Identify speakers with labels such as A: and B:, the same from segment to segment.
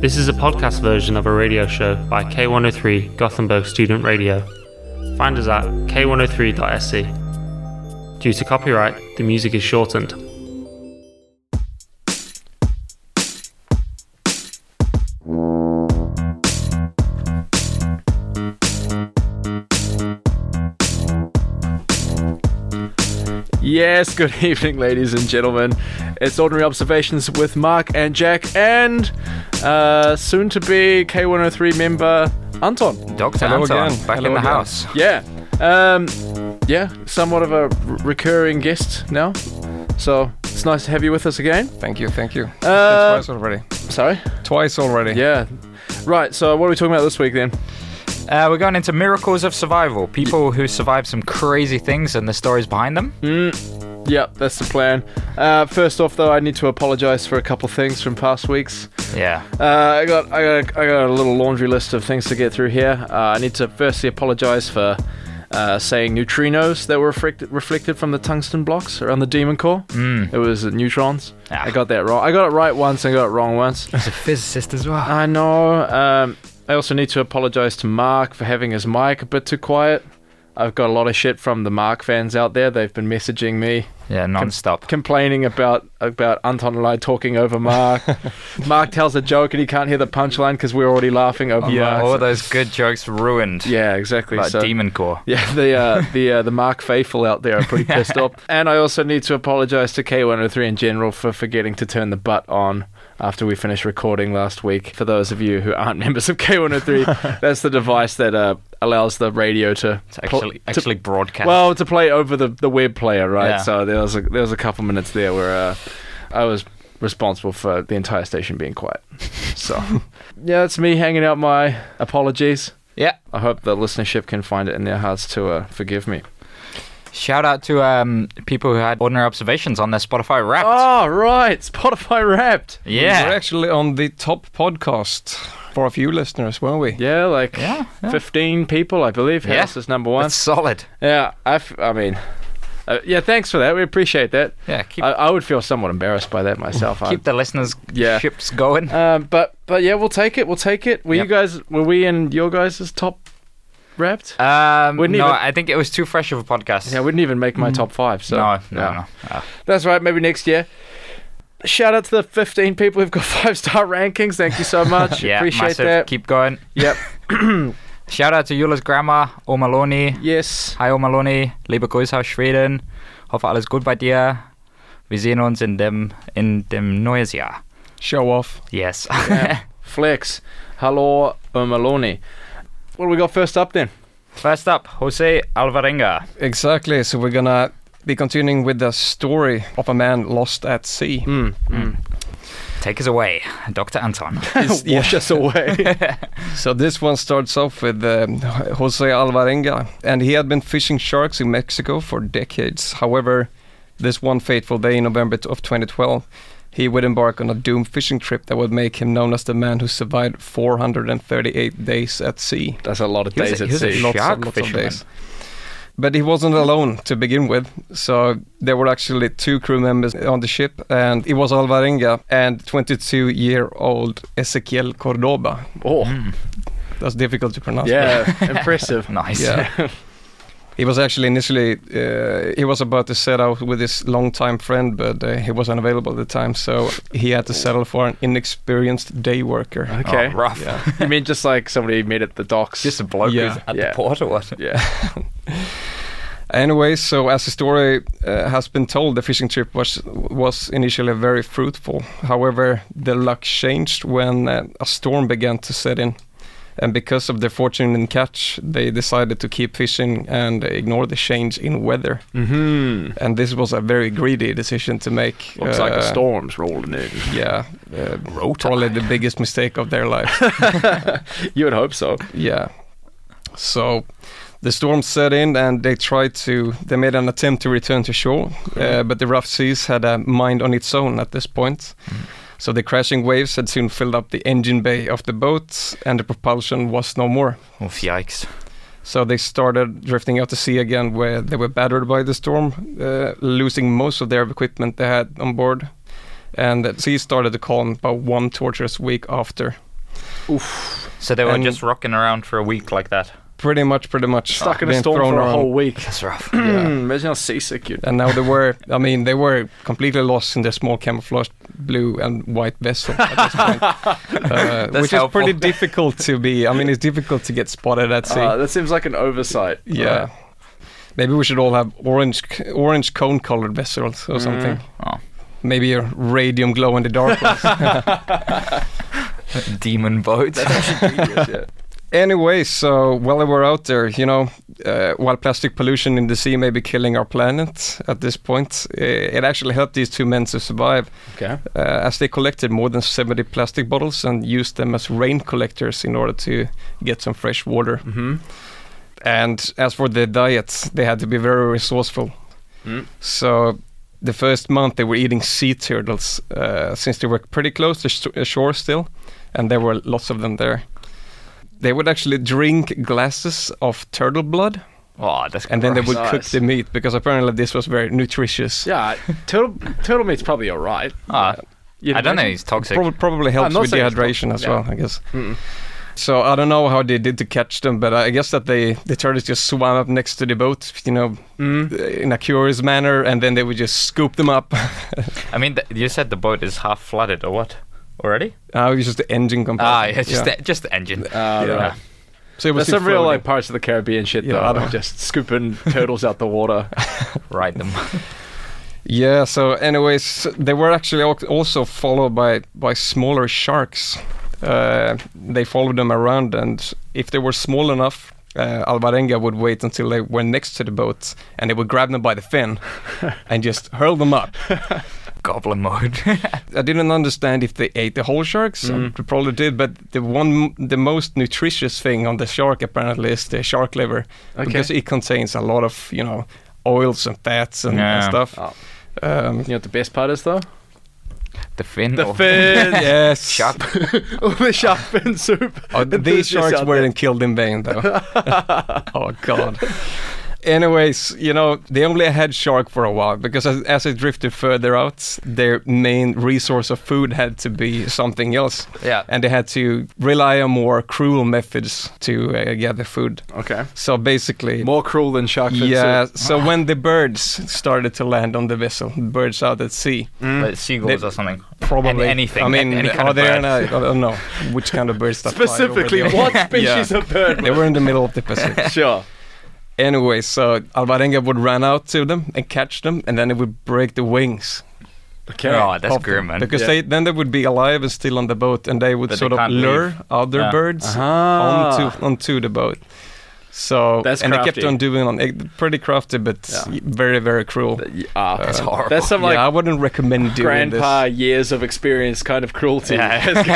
A: This is a podcast version of a radio show by K103 Gothenburg Student Radio. Find us at k103.se. E. Due to copyright, the music is shortened.
B: Yes, good evening, ladies and gentlemen. It's Ordinary Observations with Mark and Jack and uh, soon to be K103 member Anton.
C: Dr.
D: Hello
C: Anton,
D: again.
C: back
D: Hello
C: in the
D: again.
C: house.
B: Yeah. Um, yeah, somewhat of a r- recurring guest now. So it's nice to have you with us again.
D: Thank you, thank you.
B: Uh,
D: twice already.
B: Sorry.
D: Twice already.
B: Yeah. Right, so what are we talking about this week then?
C: Uh, we're going into miracles of survival. People who survived some crazy things and the stories behind them.
B: Hmm. Yep, that's the plan. Uh, first off, though, I need to apologize for a couple things from past weeks.
C: Yeah.
B: Uh, I got I got I got a little laundry list of things to get through here. Uh, I need to firstly apologise for uh, saying neutrinos that were reflected, reflected from the tungsten blocks around the demon core. It was neutrons.
C: Ah.
B: I got that wrong. I got it right once. and got it wrong once.
C: He's a physicist as well.
B: I know. Um, I also need to apologise to Mark for having his mic a bit too quiet. I've got a lot of shit from the Mark fans out there. They've been messaging me
C: Yeah, non-stop.
B: complaining about about Anton and I talking over Mark. Mark tells a joke and he can't hear the punchline because we're already laughing over
C: yeah,
B: Mark.
C: all those good jokes ruined.
B: yeah, exactly.
C: like
B: so-
C: Demon Core.
B: yeah, the uh, the uh, the Mark faithful out there are pretty pissed off. And I also need to apologise to K103 in general for forgetting to turn the butt on after we finished recording last week. For those of you who aren't members of K103, that's the device that uh, allows the radio to
C: It's
B: pl-
C: actually
B: to-
C: actually broadcast.
B: well, to play over the, the web player, right?
C: Yeah.
B: So there was a, there was a couple minutes there where uh, I was responsible for the entire station being quiet. So yeah, that's me hanging out my apologies.
C: yeah.
B: I hope the listenership can find it in their hearts to uh, forgive me.
C: Shout out to um, people who had ordinary observations on their Spotify Wrapped.
B: Oh right, Spotify Wrapped.
D: We're
C: yeah.
D: actually on the top podcast for a few listeners, weren't we?
B: Yeah, like
C: Yeah, yeah.
B: fifteen people, I believe.
C: Yeah.
B: House is number one.
C: That's solid.
B: Yeah, I, f- I mean, uh, yeah. Thanks for that. We appreciate that.
C: Yeah. Keep,
B: I, I would feel somewhat embarrassed by that myself. I-
C: keep the listeners'
B: Yeah.
C: ships going.
B: Um, but but yeah, we'll take it. We'll take it. Were
C: Yep.
B: you guys? Were we in your guys' top wrapped?
C: Um, no,
B: Uh, Wouldn't even-
C: I think it was too fresh of a podcast.
B: yeah, we didn't even make my top five. So
C: Mm. no, no,
B: yeah.
C: no. Ah.
B: that's right. Maybe next year. Shout out to the 15 people who've got five star rankings. Thank you so much.
C: yeah,
B: Appreciate
C: massive.
B: that.
C: Keep going.
B: yep.
C: Shout out to Eula's grandma, Oma Loni.
B: Yes.
C: Hi Oma Loni, liebe Grüße aus Schweden. Hoffe alles gut bei dir. Wir sehen uns in dem in dem neues Jahr.
D: Show off.
C: Yes.
B: Flex. Hello, Maloney. What do we got first up then?
C: First up, Jose Alvarenga.
D: Exactly. So we're gonna be continuing with the story of a man lost at sea.
C: Hmm,
B: Mm.
C: Take us away, Dr. Anton.
D: It's- yeah.
B: Wash us away.
D: So this one starts off with um, Jose Alvarenga, and he had been fishing sharks in Mexico for decades. However, this one fateful day in November t- of 2012, he would embark on a doomed fishing trip that would make him known as the man who survived 438 days at sea.
B: That's a lot of
C: He was
B: days
C: a-
B: at
C: he was a
B: sea.
C: sh-
D: Lots
C: Shark
D: and lots
C: fisherman.
D: of days. But he wasn't alone to begin with, so there were actually two crew members on the ship, and it was Alvarenga and 22-year-old Ezequiel Cordoba.
B: Oh,
D: That's difficult to pronounce.
B: yeah, impressive.
C: Nice.
D: Yeah. he was actually initially uh, he was about to set out with his longtime friend, but uh, he was unavailable at the time, so he had to settle for an inexperienced day worker.
C: Oh,
B: Okay.
C: rough.
B: You mean just like somebody you met at the docks?
C: Just a bloke
D: Yeah.
C: who's at
B: Yeah.
C: the port or what?
B: yeah.
D: Anyway, so as the story uh, has been told, the fishing trip was was initially very fruitful. However, the luck changed when uh, a storm began to set in. And because of their fortune in catch, they decided to keep fishing and ignore the change in weather.
B: Hmm.
D: And this was a very greedy decision to make.
B: Looks like a
D: uh,
B: storm's rolling in.
D: Yeah, uh, probably the biggest mistake of their life.
B: You would hope so.
D: yeah. So the storm set in, and they tried to. They made an attempt to return to shore, uh, but the rough seas had a mind on its own at this point.
B: Mm-hmm.
D: So the crashing waves had soon filled up the engine bay of the boat, and the propulsion was no more.
C: Oof, Oh, yikes.
D: So they started drifting out to sea again, where they were battered by the storm, uh, losing most of their equipment they had on board. And the sea started to calm about one torturous week after.
C: So they were
D: And-
C: just rocking around for a week like that.
D: Pretty much, pretty much.
B: Stuck in a
D: been
B: storm
D: thrown
B: for a
D: around.
B: whole week. Mm,
C: That's rough.
B: Imagine how seasick you'd.
D: And now they were, I mean, they were completely lost in their small camouflaged blue and white vessel at this point. Uh,
C: That's
D: which
C: helpful.
D: is pretty difficult to be, I mean, it's difficult to get spotted at sea.
B: Uh, that seems like an oversight. Uh,
D: yeah. Maybe we should all have orange c- orange cone colored vessels or something.
C: Oh.
D: Maybe a radium glow in the dark. ones.
C: Demon boat.
B: yeah.
D: anyway, so while they were out there, you know, uh, while plastic pollution in the sea may be killing our planet at this point, i- it actually helped these two men to survive.
B: Okay.
D: uh, as they collected more than 70 plastic bottles and used them as rain collectors in order to get some fresh water.
B: Mm-hmm.
D: And as for their diets, they had to be very resourceful.
B: Mm.
D: So the first month they were eating sea turtles uh, since they were pretty close to sh- uh, shore still, and there were lots of them there. They would actually drink glasses of turtle blood
C: oh, that's
D: and then they would cook
B: Nice.
D: the meat because apparently this was very nutritious.
B: Yeah. Turtle, turtle meat's probably all right.
C: Ah,
B: You'd
C: I don't know.
B: imagine.
C: He's toxic.
D: Prob- probably helps
B: not
D: with
B: saying it's not-
D: dehydration as
B: yeah.
D: well, I guess.
B: Mm-mm.
D: So I don't know how they did to catch them, but I guess that they the turtles just swam up next to the boat, you know, uh,
B: Mm.
D: in a curious manner, and then they would just scoop them up.
C: I mean, th- you said the boat is half flooded, or what? Already?
D: Ah, it was just the engine compartment.
C: Ah, yeah, just The, just the engine.
B: Ah,
D: Yeah.
B: right.
D: So it was
B: There's
D: still
B: some real like
D: floating.
B: Pirates of the Caribbean shit
D: Yeah, I
B: though.
D: know.
B: Just scooping turtles out the water.
C: Ride them.
D: Yeah. So, anyways, they were actually al- also followed by by smaller sharks. Uh, they followed them around, and if they were small enough. Uh, Alvarenga would wait until they were next to the boat and they would grab them by the fin and just hurl them up.
C: Goblin mode.
D: I didn't understand if they ate the whole sharks.
B: Mm.
D: They probably did, but the one, the most nutritious thing on the shark apparently is the shark liver
B: Okay.
D: because it contains a lot of you know oils and fats and, and
C: Yeah.
D: stuff.
B: Oh.
D: Um,
B: you know what the best part is though?
C: the fin.
B: The
C: or-
B: fin.
D: yes,
C: Sharp.
B: All the shark fin soup.
D: Oh, these
B: Enthusiasts
D: sharks
B: out
D: weren't killed in vain though. oh god. Anyways, you know they only had shark for a while because as, as it drifted further out, their main resource of food had to be something else.
C: Yeah.
D: and they had to rely on more cruel methods to uh, gather food.
B: there. Okay.
D: So basically,
B: More cruel than shark fin
D: yeah.
B: soup.
C: Ah.
D: So when the birds started to land on the vessel, birds out at sea,
C: Like seagulls
D: Mm. They-
C: or something. Mm.
D: probably
C: An- anything.
D: I mean,
C: an- any kind
D: are
C: of
D: there?
C: bird.
D: I I don't know which kind of birds. That fly over
B: Specifically,
D: the ocean.
B: what species of bird?
D: They were in the middle of the Pacific.
B: Sure.
D: anyway, so Alvarenga would run out to them and catch them, and then it would break the wings.
B: Okay.
C: Oh, that's
D: of them,
C: grim, man.
D: Because
B: Yeah.
D: they then they would be alive and still on the boat, and they would
C: But they
D: sort of
C: can't
D: lure
C: leave.
D: other
C: Yeah.
D: birds
B: Ah.
D: onto onto the boat. So
B: That's
D: and they kept
B: crafty.
D: on doing on it- pretty crafty, but
B: Yeah.
D: very very cruel.
B: Ah,
C: That's horrible.
B: That's some like
D: yeah, I wouldn't recommend doing
B: grandpa years of experience kind of cruelty.
C: Yeah.
D: this.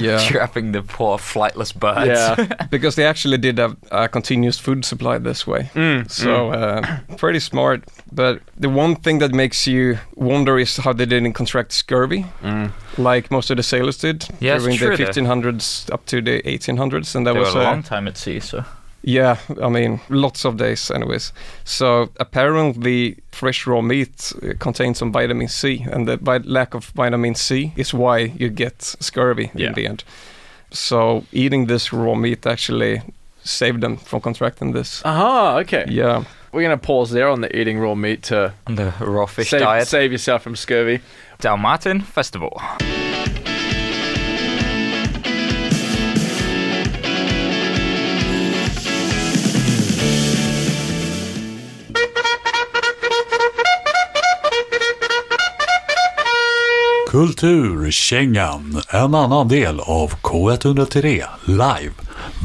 D: Yeah,
C: Trapping the poor flightless birds.
B: yeah.
D: because they actually did have a continuous food supply this way.
B: Mm,
D: So uh, pretty smart. But the one thing that makes you wonder is how they didn't contract scurvy,
B: mm.
D: like most of the sailors did
C: Yeah, it's
D: during
C: true
D: the
C: though.
D: 1500s up to the 1800s, and that
C: They
D: was
C: were a
D: uh,
C: long time at sea, so.
D: Yeah, I mean, lots of days, anyways. So apparently, fresh raw meat uh, contains some vitamin C, and the vi- lack of vitamin C is why you get scurvy
B: Yeah.
D: in the end. So eating this raw meat actually saved them from contracting this.
B: Ah. Aha, Uh-huh, okay.
D: Yeah,
B: We're going to pause there on the eating raw meat to
C: On the raw fish
B: save,
C: diet.
B: save yourself from scurvy.
C: Dalmatin Festival.
E: Kulturkängan, en annan del av K103 live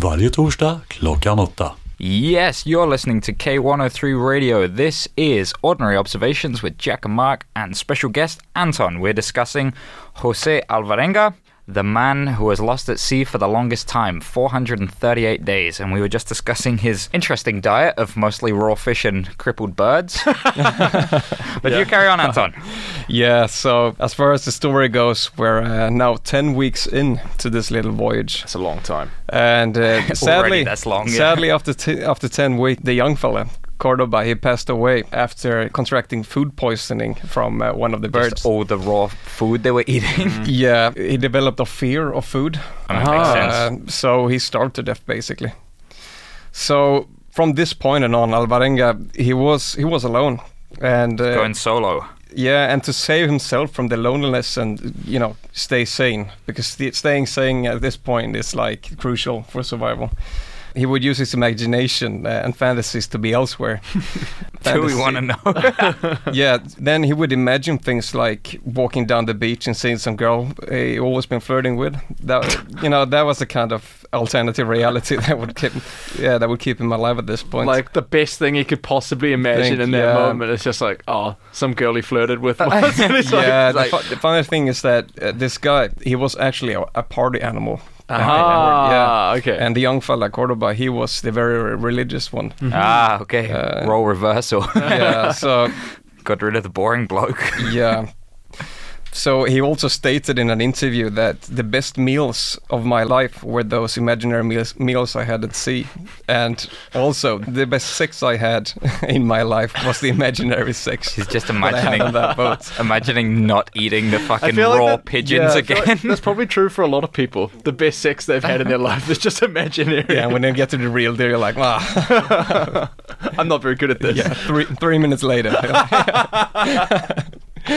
E: varje torsdag klockan åtta.
C: Yes, you're listening to K103 Radio. This is Ordinary Observations with Jack and Mark and special guest Anton. We're discussing Jose Alvarenga, the man who was lost at sea for the longest time, 438 days. And we were just discussing his interesting diet of mostly raw fish and crippled birds. but you carry on, Anton.
D: yeah. So as far as the story goes, we're uh, now ten weeks in to this little voyage,
B: That's a long time.
D: and uh, sadly,
C: that's long, yeah.
D: sadly, after t- after ten weeks, the young fella Cordoba, he passed away after contracting food poisoning from uh, one of the birds.
C: Just all the raw food they were eating.
B: Mm.
D: Yeah, he developed a fear of food.
C: I mean, it makes
D: Uh,
C: sense.
D: so he starved to death basically. So from this point and on, Alvarenga he was he was alone, and uh,
C: Going solo.
D: yeah, and to save himself from the loneliness and you know stay sane because st- staying sane at this point is like crucial for survival. He would use his imagination uh, and fantasies to be elsewhere.
C: Do we
D: Fantasy-
C: want to know?
D: yeah, then he would imagine things like walking down the beach and seeing some girl he always been flirting with. That you know, that was the kind of alternative reality that would keep, yeah, that would keep him alive at this point.
B: Like the best thing he could possibly imagine
D: Think,
B: in that
D: yeah.
B: moment is just like, oh, some girl he flirted with. once. And it's like,
D: yeah,
C: like-
D: the, fu- the funny thing is that uh, this guy, he was actually a, a party animal.
B: ah, okay.
D: And the young fella Cordoba, he was the very religious one.
C: ah, okay.
D: Uh,
C: Role reversal.
D: yeah, so
C: Got rid of the boring bloke.
D: yeah. So he also stated in an interview that the best meals of my life were those imaginary meals, meals I had at sea, and also the best sex I had in my life was the imaginary sex.
C: He's just
D: that I had
C: imagining
D: on that boat.
C: imagining not eating the fucking raw
B: that-
C: pigeons
B: yeah, I feel
C: again.
B: like that's probably true for a lot of people. The best sex they've had in their life is just imaginary.
D: Yeah, and when you get to the real deal, you're like, ah,
B: I'm not very good at this.
D: yeah, three three minutes later.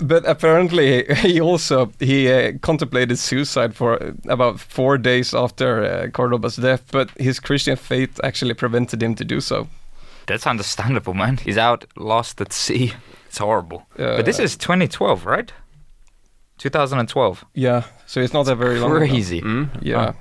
D: but apparently, he also he uh, contemplated suicide for uh, about four days after uh, Cordoba's death. But his Christian faith actually prevented him to do so.
C: That's understandable, man. He's out, lost at sea. It's horrible.
D: Uh,
C: but this is 2012, right? 2012.
D: Yeah, so it's not that very long. ago.
C: Crazy.
B: Hmm?
D: Yeah.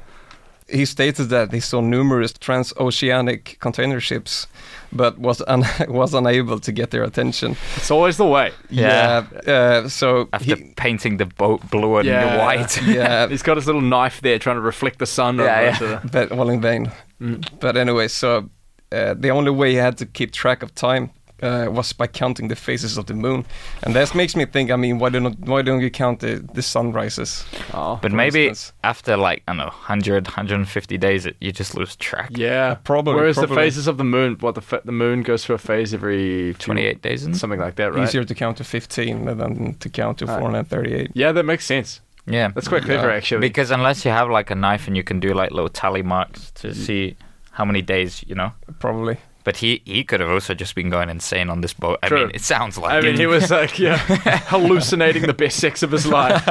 D: He stated that he saw numerous transoceanic container ships, but was un- was unable to get their attention.
B: It's always the way.
C: Yeah.
D: Yeah, uh, so
C: After
D: he,
C: painting the boat blue and
B: Yeah.
C: white.
D: yeah,
B: He's got his little knife there trying to reflect the sun.
C: Yeah,
B: over
C: yeah.
B: to the-
D: but all in vain.
B: Mm.
D: But anyway, so uh, the only way he had to keep track of time uh, was by counting the phases of the moon, and that makes me think. I mean, why don't why don't you count the, the sunrises?
B: Oh.
C: But
D: For
C: maybe
D: instance.
C: after like, I don't know, 100, 150 days, it, you just lose track.
B: yeah,
D: probably,
B: Whereas
D: probably.
B: the phases of the moon, what the fa- the moon goes through a phase every
C: 28 days, isn't it?
B: something like that, right?
D: Easier to count to fifteen than to count to
B: Right.
D: four hundred thirty-eight.
B: Yeah, that makes sense.
C: Yeah.
B: That's quite clever,
D: Yeah.
B: actually.
C: because unless you have like a knife and you can do like little tally marks
B: Hmm.
C: to see how many days, you know.
D: Probably.
C: But he, he could have also just been going insane on this boat. I
B: True.
C: mean, it sounds like
B: I
C: it.
B: mean, he was like, yeah, hallucinating the best sex of his life.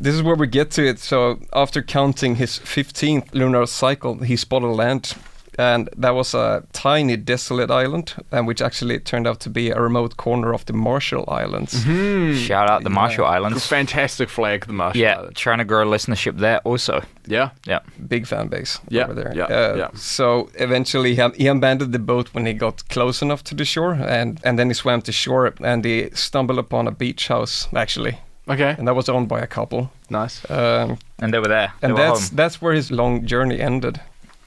D: This is where we get to it. So after counting his 15th lunar cycle, he spotted land. And that was a tiny, desolate island, and which actually turned out to be a remote corner of the Marshall Islands.
B: Mm-hmm.
C: Shout out the Marshall Islands.
B: Fantastic flag, the Marshall.
C: Yeah,
B: Islands.
C: trying to grow listenership there also.
B: yeah.
C: Yeah.
D: Big fan base
B: Yeah,
D: over there. Uh,
B: yeah, yeah.
D: So eventually, he, he abandoned the boat when he got close enough to the shore, and, and then he swam to shore, and he stumbled upon a beach house actually,
B: Okay.
D: and that was owned by a couple.
B: Nice.
D: Um,
C: And they were there. They
D: and
C: were
D: that's
C: home.
D: that's where his long journey ended.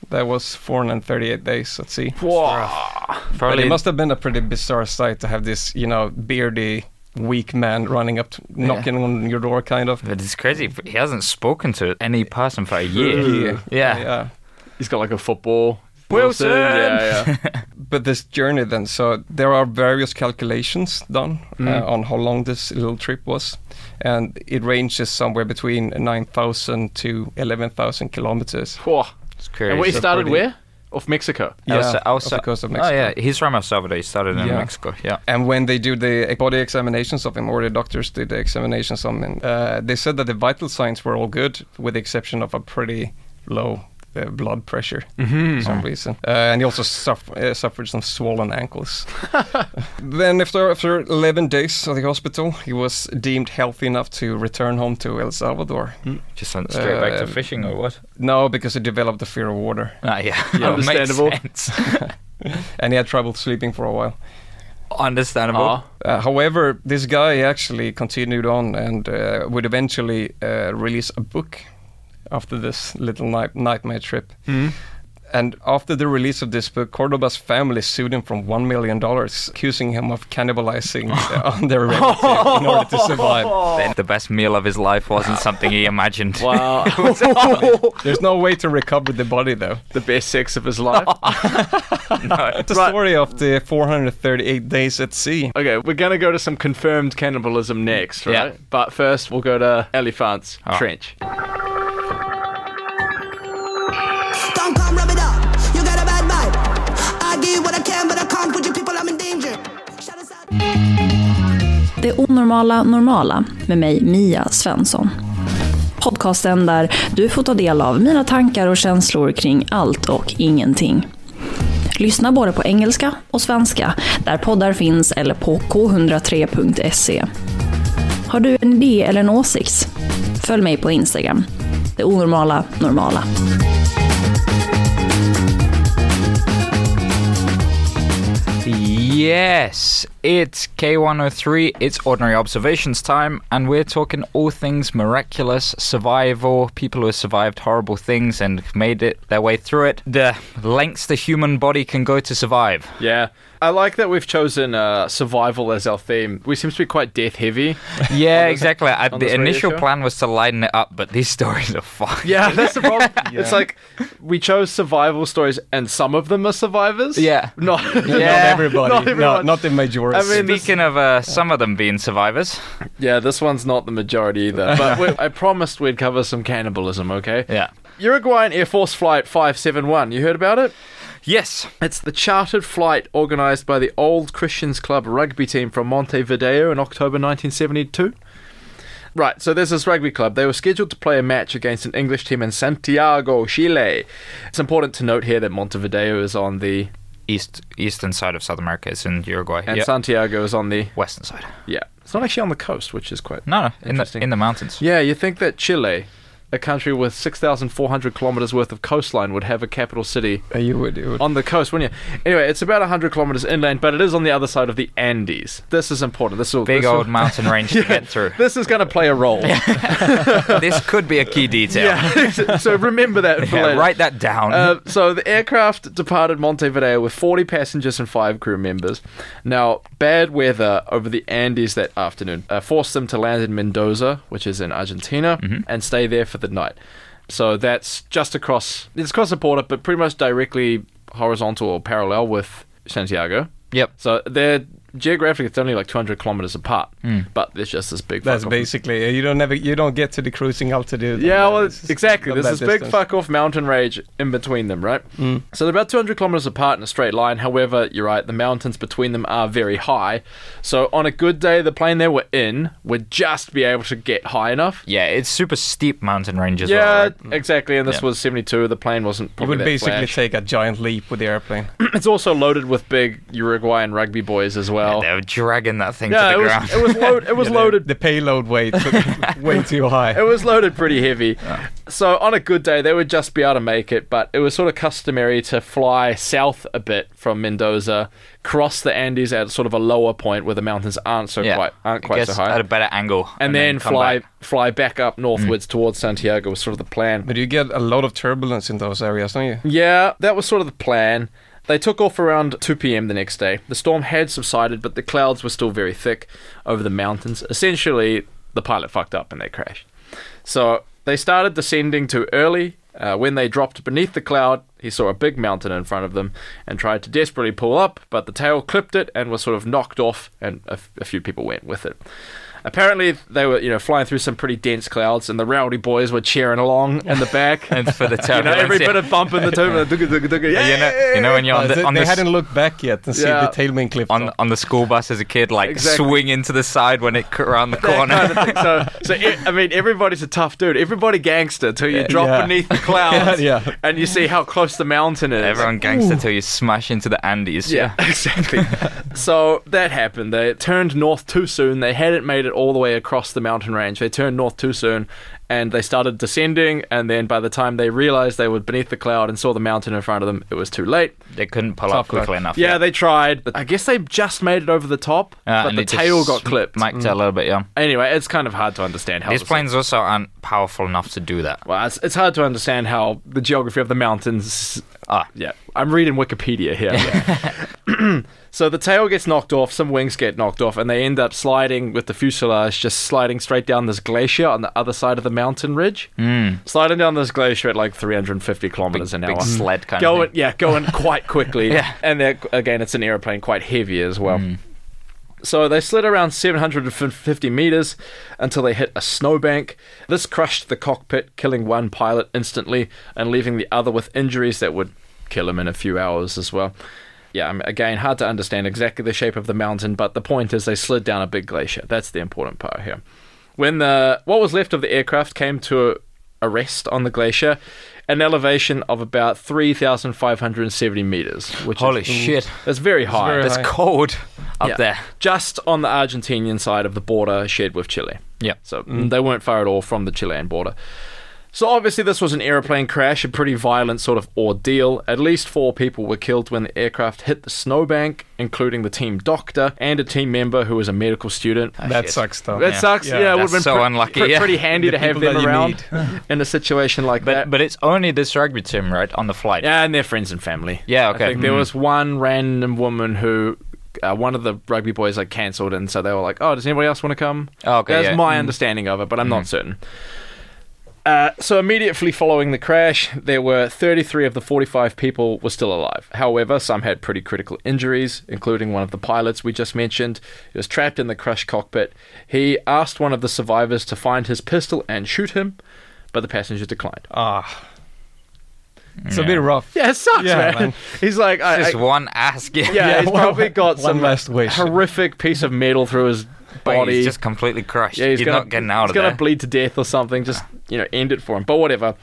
D: That was 438 days at sea.
B: Wow.
D: But
C: probably
D: it must have been a pretty bizarre sight to have this, you know, beardy, weak man running up, to, knocking on your door, kind of.
C: but it's crazy. He hasn't spopen to any person for a
B: Yeah.
C: year. Yeah.
D: yeah.
B: He's got like a football.
C: Wilson!
B: Yeah, yeah.
D: But this journey, then, so there are various calculations done uh, on how long this little trip was, and it ranges somewhere between 9,000 to 11,000 kilometers.
B: Whoa.
C: It's
B: And we
C: crazy.
B: started
D: pretty-
B: where? Off Mexico.
D: Yeah,
C: Also-
D: off
C: also-
D: the coast of
C: Oh,
D: Mexico.
C: yeah. He's from El Salvador. He started in
D: Yeah.
C: Mexico. Yeah.
D: And when they do the body examinations of him, or the doctors did the examinations on him, uh, they said that the vital signs were all good, with the exception of a pretty low uh, blood pressure for some reason. Uh, and he also suff- uh, suffered some swollen ankles. then, after, after 11 days at the hospital, he was deemed healthy enough to return home to El Salvador.
C: Just went straight back to
D: Uh,
C: fishing or what?
D: No, because he developed a fear of water,
C: Ah, yeah. It makes
B: Understandable.
C: sense.
D: and he had trouble sleeping for a while.
C: Understandable.
B: Ah.
D: Uh, however, this guy actually continued on and uh, would
B: Hmm.
D: eventually uh, release a book after this little night- nightmare trip. And after the release of this book, Cordoba's family sued him for $1 million, accusing him of cannibalizing uh, their relative in order to survive.
C: Then the best meal of his life wasn't something he imagined.
B: Wow,
D: There's no way to recover the body, though.
B: the best sex of his life.
D: It's a story of the 438 days at sea.
B: Okay, we're gonna go to some confirmed cannibalism next, right?
C: Yeah.
B: But first, we'll go to Elephant's
C: Oh.
B: Trench.
F: Don't come rub it up. You got a bad vibe. I give what I can, but I can't put your people. I'm in danger. Shout us out.
G: Det onormala normala med mig, Mia Svensson. Podcasten där du får ta del av mina tankar och känslor kring allt och ingenting. Lyssna både på engelska och svenska, där poddar finns eller på k103.se. Har du en idé eller en åsikt? Följ mig på Instagram. Det onormala normala.
C: Yes, it's K103, it's Ordinary Observations time, and we're talking all things miraculous, survival, people who have survived horrible things and made it their way through it, the lengths the human body can go to survive.
B: Yeah, I like that we've chosen uh, survival as our theme. We seem to be quite death heavy.
C: Yeah, exactly. I, the
B: this radio
C: initial
B: show?
C: plan was to lighten it up, but these stories are fucked.
B: Yeah, that's the problem. It's like we chose survival stories, and some of them are survivors.
C: Yeah.
B: not
D: Not
C: Yeah.
D: everybody,
B: Not
D: not,
B: everyone.
D: not the majority.
B: I mean-
C: Speaking of uh, some of them being survivors,
B: yeah. This one's not the majority either. But we I promised we'd cover some cannibalism. Okay.
C: yeah.
B: Uruguayan Air Force Flight 571. You heard about it?
C: Yes,
B: It's the chartered flight organised by the Old Christians Club rugby team from Montevideo in October 1972. Right, so there's this rugby club. They were scheduled to play a match against an English team in Santiago, Chile. It's important to note here that Montevideo is on the.
C: east eastern side of South America. It's in Uruguay.
B: and
C: Yeah.
B: Santiago is on the.
C: western side.
B: Yeah. It's not actually on the coast, which is quite.
C: No, no, in the
B: Interesting.
C: in the mountains.
B: Yeah, you think that Chile, a country with 6,400 kilometres worth of coastline, would have a capital city
D: Uh, you would, you would.
B: on the coast, wouldn't you? Anyway, it's about 100 kilometers inland, but it is on the other side of the Andes. This is important. This will
C: Big
B: this will-
C: old mountain range to get through.
B: This is going to play a role. Yeah.
C: this could be a key detail.
B: so remember that. For
C: Yeah,
B: later.
C: write that down.
B: Uh, so the aircraft departed Montevideo with 40 passengers and five crew members. Now, bad weather over the Andes that afternoon uh, forced them to land in Mendoza, which is in Argentina,
C: Mm-hmm.
B: and stay there for the night. So that's just across, it's across the border, but pretty much directly horizontal or parallel with Santiago.
C: yep.
B: So they're geographically it's only like 200 kilometers apart,
C: Mm.
B: but there's just this big.
D: That's
B: fuck off-
D: basically it. You don't ever, you don't get to the cruising altitude.
B: Yeah,
D: and, uh,
B: well,
D: it's-
B: exactly.
D: not
B: There's
D: that
B: this big
D: distance.
B: fuck off mountain range in between them, right? Mm. So they're about 200 kilometers apart in a straight line. However, you're right, the mountains between them are very high. So on a good day, the plane they were in would just be able to get high enough.
C: Yeah, it's super steep mountain range as
B: Yeah,
C: well. right?
B: exactly. And this
C: Yeah.
B: was 72. The plane wasn't.
D: You
B: Probably
D: Mm. would
B: that
D: basically
B: flash.
D: take a giant leap with the airplane.
B: It's also loaded with big Uruguayan rugby boys as well.
C: They were dragging that thing
B: Yeah,
C: to
B: it
C: the
B: was,
C: ground.
B: it was load, it was loaded
D: The payload weight way too high.
B: It was loaded pretty heavy. So on a good day, they would just be able to make it, but it was sort of customary to fly south a bit from Mendoza, cross the Andes at sort of a lower point where the mountains aren't so
C: yeah,
B: quite aren't
C: I
B: quite so
C: guess
B: high,
C: at a
B: and,
C: better angle,
B: then,
C: come
B: fly
C: back. Mm.
B: fly back up northwards towards Santiago was sort of the plan.
D: But you get a lot of turbulence in those areas, don't you?
B: Yeah, that was sort of the plan. They took off around 2 p.m. the next day. The storm had subsided, but the clouds were still very thick over the mountains. Essentially, the pilot fucked up and they crashed. So they started descending too early. Uh, when they dropped beneath the cloud, he saw a big mountain in front of them and tried to desperately pull up, but the tail clipped it and was sort of knocked off, and a, f- a few people went with it. Apparently, they were you know flying through some pretty dense clouds, and the rowdy boys were cheering along in the back.
C: and for the
B: You know,
C: turbulence.
B: every
C: yeah.
B: bit of bump in the tube, like, dugga, dugga, dugga, yeah.
C: you know, you know when you're
D: Uh,
C: on
D: they
C: the on
D: they
C: the, s-
D: hadn't looked back yet and see
B: Yeah.
D: the tailwind cliff.
C: on, on the school bus as a kid, like
B: Exactly.
C: swinging to the side when it c- around the corner.
B: Kind of thing. So, so e- I mean, everybody's a tough dude. Everybody gangster till you drop
D: Yeah.
B: beneath the clouds,
D: Yeah, yeah.
B: and you see how close the mountain is.
C: Everyone gangster till you smash into the Andes.
B: Yeah, exactly. so that happened. They turned north too soon. They hadn't made it all the way across the mountain range. They turned north too soon and they started descending. And then by the time they realized they were beneath the cloud and saw the mountain in front of them, it was too late.
C: they couldn't pull up
D: Tough
C: quickly
D: luck.
C: enough.
B: Yeah, they tried. But I guess they just made it over the top,
C: Uh,
B: but
C: and
B: the
C: it just
B: tail got clipped. Mm.
C: Might tell a little bit, yeah.
B: Anyway, it's kind of hard to understand how
C: These
B: this-
C: planes also aren't powerful enough to do that.
B: Well, it's, it's hard to understand how the geography of the mountains
C: Ah,
B: Yeah, I'm reading Wikipedia here. so the tail gets knocked off, some wings get knocked off, and they end up sliding with the fuselage, just sliding straight down this glacier on the other side of the mountain ridge. Mm. Sliding down this glacier at like 350 kilometers
C: Hmm. big,
B: an hour.
C: big sled kind
B: Going,
C: of thing.
B: yeah, going quite quickly.
C: Yeah. Hmm.
B: And they're- again, it's an airplane, quite heavy as well. So they slid around 750 meters until they hit a snowbank. This crushed the cockpit, killing one pilot instantly and leaving the other with injuries that would kill him in a few hours as well. Yeah, I mean, again, hard to understand exactly the shape of the mountain, but the point is they slid down a big glacier. That's the important part here. When the what was left of the aircraft came to a rest on the glacier, an elevation of about 3,570 meters, which
C: Holy
B: is,
C: shit.
B: that's very high.
D: very
C: That's
D: high.
C: cold up
B: Yeah.
C: there.
B: Just on the Argentinian side of the border shared with Chile.
C: Yeah.
B: So they weren't far at all from the Chilean border. So obviously this was an airplane crash, a pretty violent sort of ordeal. At least four people were killed when the aircraft hit the snowbank, including the team doctor and a team member who was a medical student.
D: that
C: shit.
D: sucks though.
B: That sucks. Yeah,
D: Yeah.
B: it would have
C: That's
B: been
C: so
B: pre-
C: unlucky,
B: pre-
C: yeah.
B: pretty handy
D: The
B: to have
D: people
B: them
D: that you
B: around in a situation like that.
C: But, but it's only this rugby team, right, on the flight?
B: Yeah, and their friends and family.
C: Yeah, okay.
B: I think there
C: Mm.
B: was one random woman who. Uh, one of the rugby boys like cancelled, and so they were like, "Oh, does anybody else want to come?"
C: Oh, okay,
B: that's
C: yeah. Hmm.
B: my
C: Mm.
B: understanding of it, but I'm not certain. Uh, so immediately following the crash, there were 33 of the 45 people were still alive. However, some had pretty critical injuries, including one of the pilots we just mentioned. He was trapped in the crushed cockpit. He asked one of the survivors to find his pistol and shoot him, but the passenger declined.
C: Oh.
D: Ah. It's a bit rough.
B: Yeah, it sucks,
D: Yeah,
B: man.
D: man.
B: He's like, I,
C: Just
B: I-
C: one ask. Yeah.
B: yeah, he's
D: one-
B: probably got
D: one
B: some
D: last wish.
B: horrific piece of metal through his
C: But
B: body.
C: He's just completely crushed.
B: yeah, he's
C: You're
B: gonna,
C: not getting out
B: he's
C: of
B: gonna
C: there.
B: bleed to death or something. Just you know, end it for him. But whatever.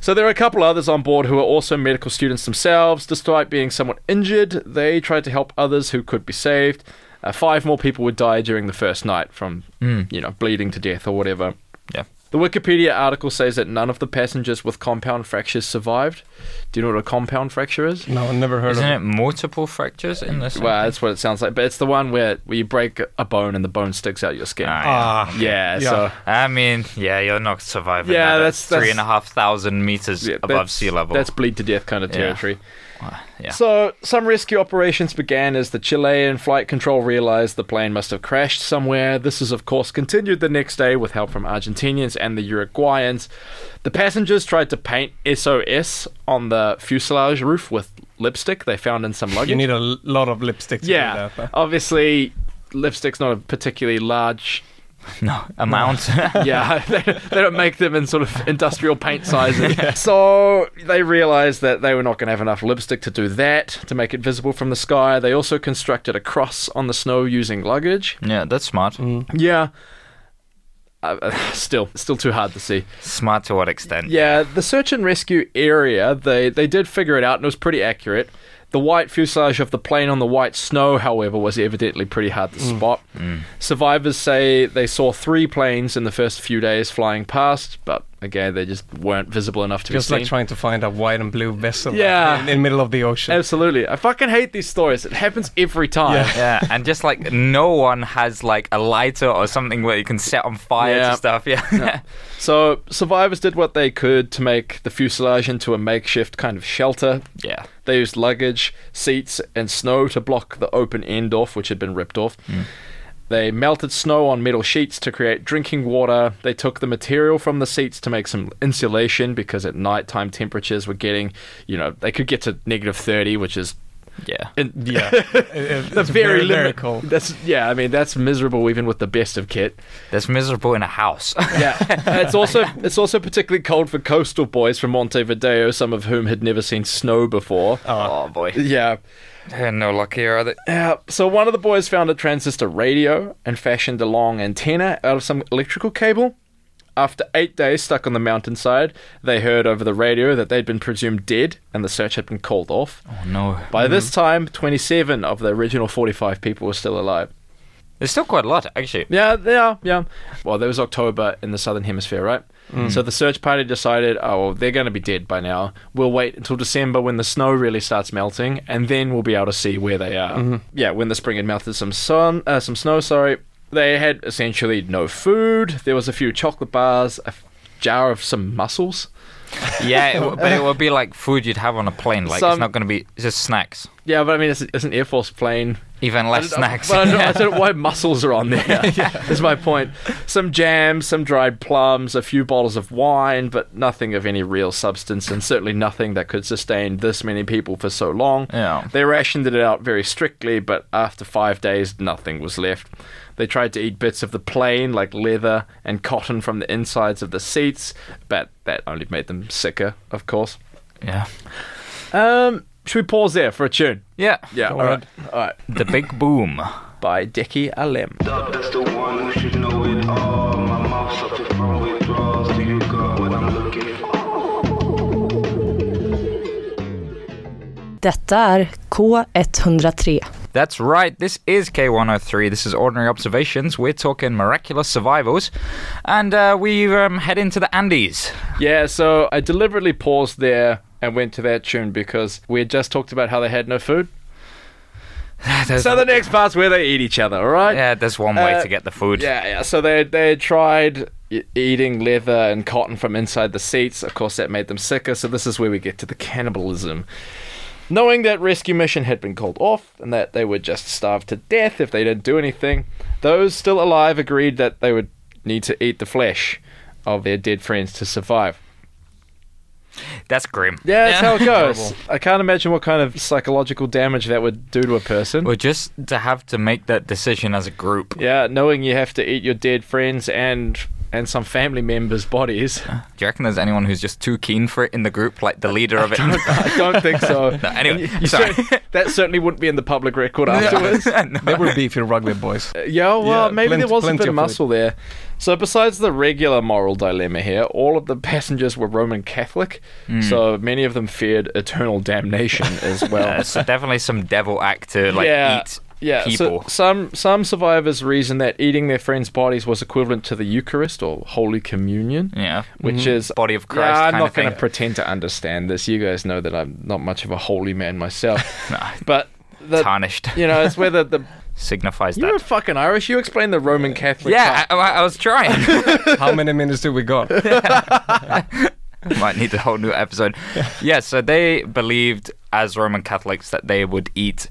B: So there are a couple others on board who are also medical students themselves. Despite being somewhat injured, they tried to help others who could be saved. Uh, five more people would die during the first night from you know bleeding to death or whatever.
C: Hmm. yeah.
B: The Wikipedia article says that none of the passengers with compound fractures survived. Do you know what a compound fracture is?
D: No, I never heard
C: Isn't
D: of
C: it multiple fractures in this?
B: Well, that's what it sounds like, but it's the one where, where you break a bone and the bone sticks out your skin.
C: Ah,
D: Ah.
B: yeah,
D: Yeah.
B: so
C: yeah. I mean, yeah, you're not surviving.
B: Yeah,
C: that at
B: that's- that's-
C: three and a half thousand meters
B: yeah,
C: above
B: that's-
C: sea level.
B: That's bleed to death kind of territory.
C: yeah.
B: So some rescue operations began as the Chilean flight control realized the plane must have crashed somewhere. This is of course continued the next day with help from Argentinians and the Uruguayans. The passengers tried to paint SOS on the fuselage roof with lipstick they found in some
D: it.
B: luggage.
D: You need a l- lot of lipstick to
B: yeah,
D: do that.
B: obviously lipstick's not a particularly large
C: no amount.
B: yeah, they, they don't make them in sort of industrial paint sizes. So they realized that they were not going to have enough lipstick to do that, to make it visible from the sky. They also constructed a cross on the snow using luggage.
C: yeah, that's smart.
B: Yeah. Uh, still, still too hard to see.
C: Smart to what extent?
B: Yeah, the search and rescue area, they, they did figure it out and it was pretty accurate. The white fuselage of the plane on the white snow, however, was evidently pretty hard to
D: Mm.
B: spot. Survivors say they saw three planes in the first few days flying past, but again, they just weren't visible enough to be
D: Just
B: seen.
D: like trying to find a white and blue vessel
B: Yeah.
D: in, in the middle of the ocean.
B: Absolutely. I fucking hate these stories. It happens every time.
C: Yeah, and just like no one has like a lighter or something where you can set on fire
B: Yeah.
C: to stuff. Yeah.
B: So, survivors did what they could to make the fuselage into a makeshift kind of shelter.
C: yeah.
B: They used luggage, seats, and snow to block the open end off, which had been ripped off. They melted snow on metal sheets to create drinking water. They took the material from the seats to make some insulation because at nighttime temperatures were getting, you know, they could get to negative 30, which is
C: Yeah.
B: in,
D: Yeah. It- it-
B: that's
D: it's very,
B: very,
D: very
B: lyrical.
D: cold.
B: That's yeah, I mean that's miserable even with the best of kit.
C: That's miserable in a house.
B: Yeah, And it's also it's also particularly cold for coastal boys from Montevideo, some of whom had never seen snow before.
C: oh boy.
B: Yeah,
C: They're no luckier are they?
B: Yeah, Uh, so one of the boys found a transistor radio and fashioned a long antenna out of some electrical cable. After eight days stuck on the mountainside, they heard over the radio that they'd been presumed dead and the search had been called off.
C: Oh no.
B: By this time, 27 of the original 45 people were still alive.
C: There's still quite a lot actually.
B: Yeah, they are, yeah. Well, there was October in the southern hemisphere, right? So the search party decided, oh, well, they're going to be dead by now. We'll wait until December when the snow really starts melting, and then we'll be able to see where they are. Yeah, when the spring had melted some sun, uh, some snow. Sorry, they had essentially no food. There was a few chocolate bars, a f- jar of some mussels.
C: Yeah, it w- but it would be like food you'd have on a plane. Like it's
B: Some-
C: not going to be it's just snacks,
B: Yeah, but I mean, it's, it's an Air Force plane.
C: even
B: I
C: less
B: don't-
C: snacks.
B: But uh, I don't, I don't know why mussels are on there. Is my point. Some jam, some dried plums, a few bottles of wine, but nothing of any real substance, and certainly nothing that could sustain this many people for so long.
C: Yeah.
B: They rationed it out very strictly, but after five days, nothing was left. They tried to eat bits of the plane, like leather and cotton from the insides of the seats, but that only made them sicker, of course.
C: yeah,
B: Um, should we pause there for a tune?
C: yeah.
B: Yeah, all right. All right.
C: The big boom.
B: By Dickie Alem.
H: Dub, that's the one who should know it all. My mouth suffers from withdrawals. Do you got what I'm looking for?
I: Detta är K103.
C: That's right, this is K103. This is Ordinary Observations. We're talking miraculous survivals. And uh, we um, head into the Andes.
B: Yeah, so I deliberately paused there and went to that tune because we had just talked about how they had no food.
C: There's-
B: So the next part's where they eat each other, all right?
C: yeah, there's one way
B: Uh,
C: to get the food.
B: Yeah, yeah. So they they had tried e- eating leather and cotton from inside the seats. Of course, that made them sicker. So this is where we get to the cannibalism. Knowing that rescue mission had been called off and that they would just starve to death if they didn't do anything, those still alive agreed that they would need to eat the flesh of their dead friends to survive.
C: That's grim.
B: Yeah, that's how it goes. I can't imagine what kind of psychological damage that would do to a person.
C: Well, just to have to make that decision as a group.
B: yeah, knowing you have to eat your dead friends and and some family members' bodies.
C: Do you reckon there's anyone who's just too keen for it in the group, like the leader of it?
B: I don't think so.
C: No, anyway,
B: And you- you
C: sorry.
B: cer- that certainly wouldn't be in the public record afterwards.
D: They were beefy rugby boys.
B: Yeah, well,
D: Yeah,
B: maybe
D: plenty-
B: there was a
D: plenty
B: bit of
D: of
B: muscle there. So, besides the regular moral dilemma here, all of the passengers were Roman Catholic, so many of them feared eternal damnation as well.
C: Uh, so definitely some devil act to like eat people.
B: So some some survivors reason that eating their friends' bodies was equivalent to the Eucharist or Holy Communion,
C: yeah. Mm.
B: which is
C: Body of Christ
B: Yeah, I'm
C: kind
B: not
C: of thing.
B: gonna pretend to understand this. You guys know that I'm not much of a holy man myself, but the,
C: Tarnished.
B: You know, it's where the, the
C: Signifies
B: you're
C: that.
B: fucking Irish. You explain the Roman Catholic.
C: Yeah,
B: part.
C: I, I- I was trying.
D: How many minutes do we got?
C: Might need a whole new episode. Yeah, so they believed as Roman Catholics that they would eat.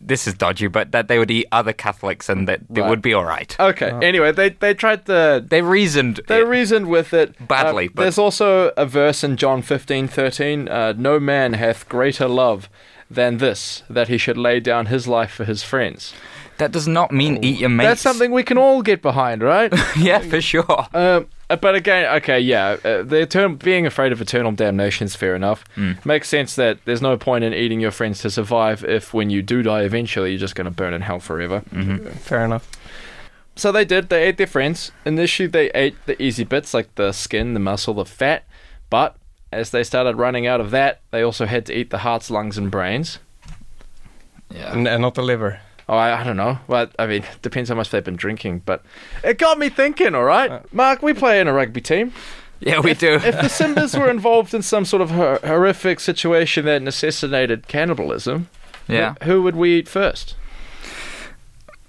C: This is dodgy, but that they would eat other Catholics and that they
B: Right.
C: would be all right.
B: Okay. Anyway, they they tried to
C: They reasoned.
B: They
C: it.
B: reasoned with it
C: Badly,
B: Uh,
C: but-
B: There's also a verse in John 15:13. Uh, no man hath greater love than this, that he should lay down his life for his friends.
C: that does not mean eat your mates.
B: That's something we can all get behind, right?
C: yeah, for sure.
B: um, uh, but again, okay, yeah, uh, the etern- being afraid of eternal damnation is fair enough.
C: Hmm.
B: Makes sense that there's no point in eating your friends to survive if, when you do die eventually, you're just going to burn in hell forever.
D: Fair enough.
B: So they did. They ate their friends. Initially, they ate the easy bits like the skin, the muscle, the fat. But as they started running out of that, they also had to eat the hearts, lungs, and brains.
D: And, and not the liver.
B: Oh, I, I don't know. Well, I mean, depends how much they've been drinking. But it got me thinking. All right, Mark, we play in a rugby team.
C: Yeah, we do.
B: If the Simbas were involved in some sort of hor- horrific situation that necessitated cannibalism,
C: Yeah,
B: who, who would we eat first?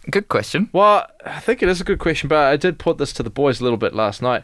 C: good question.
B: Well, I think it is a good question, but I did put this to the boys a little bit last night.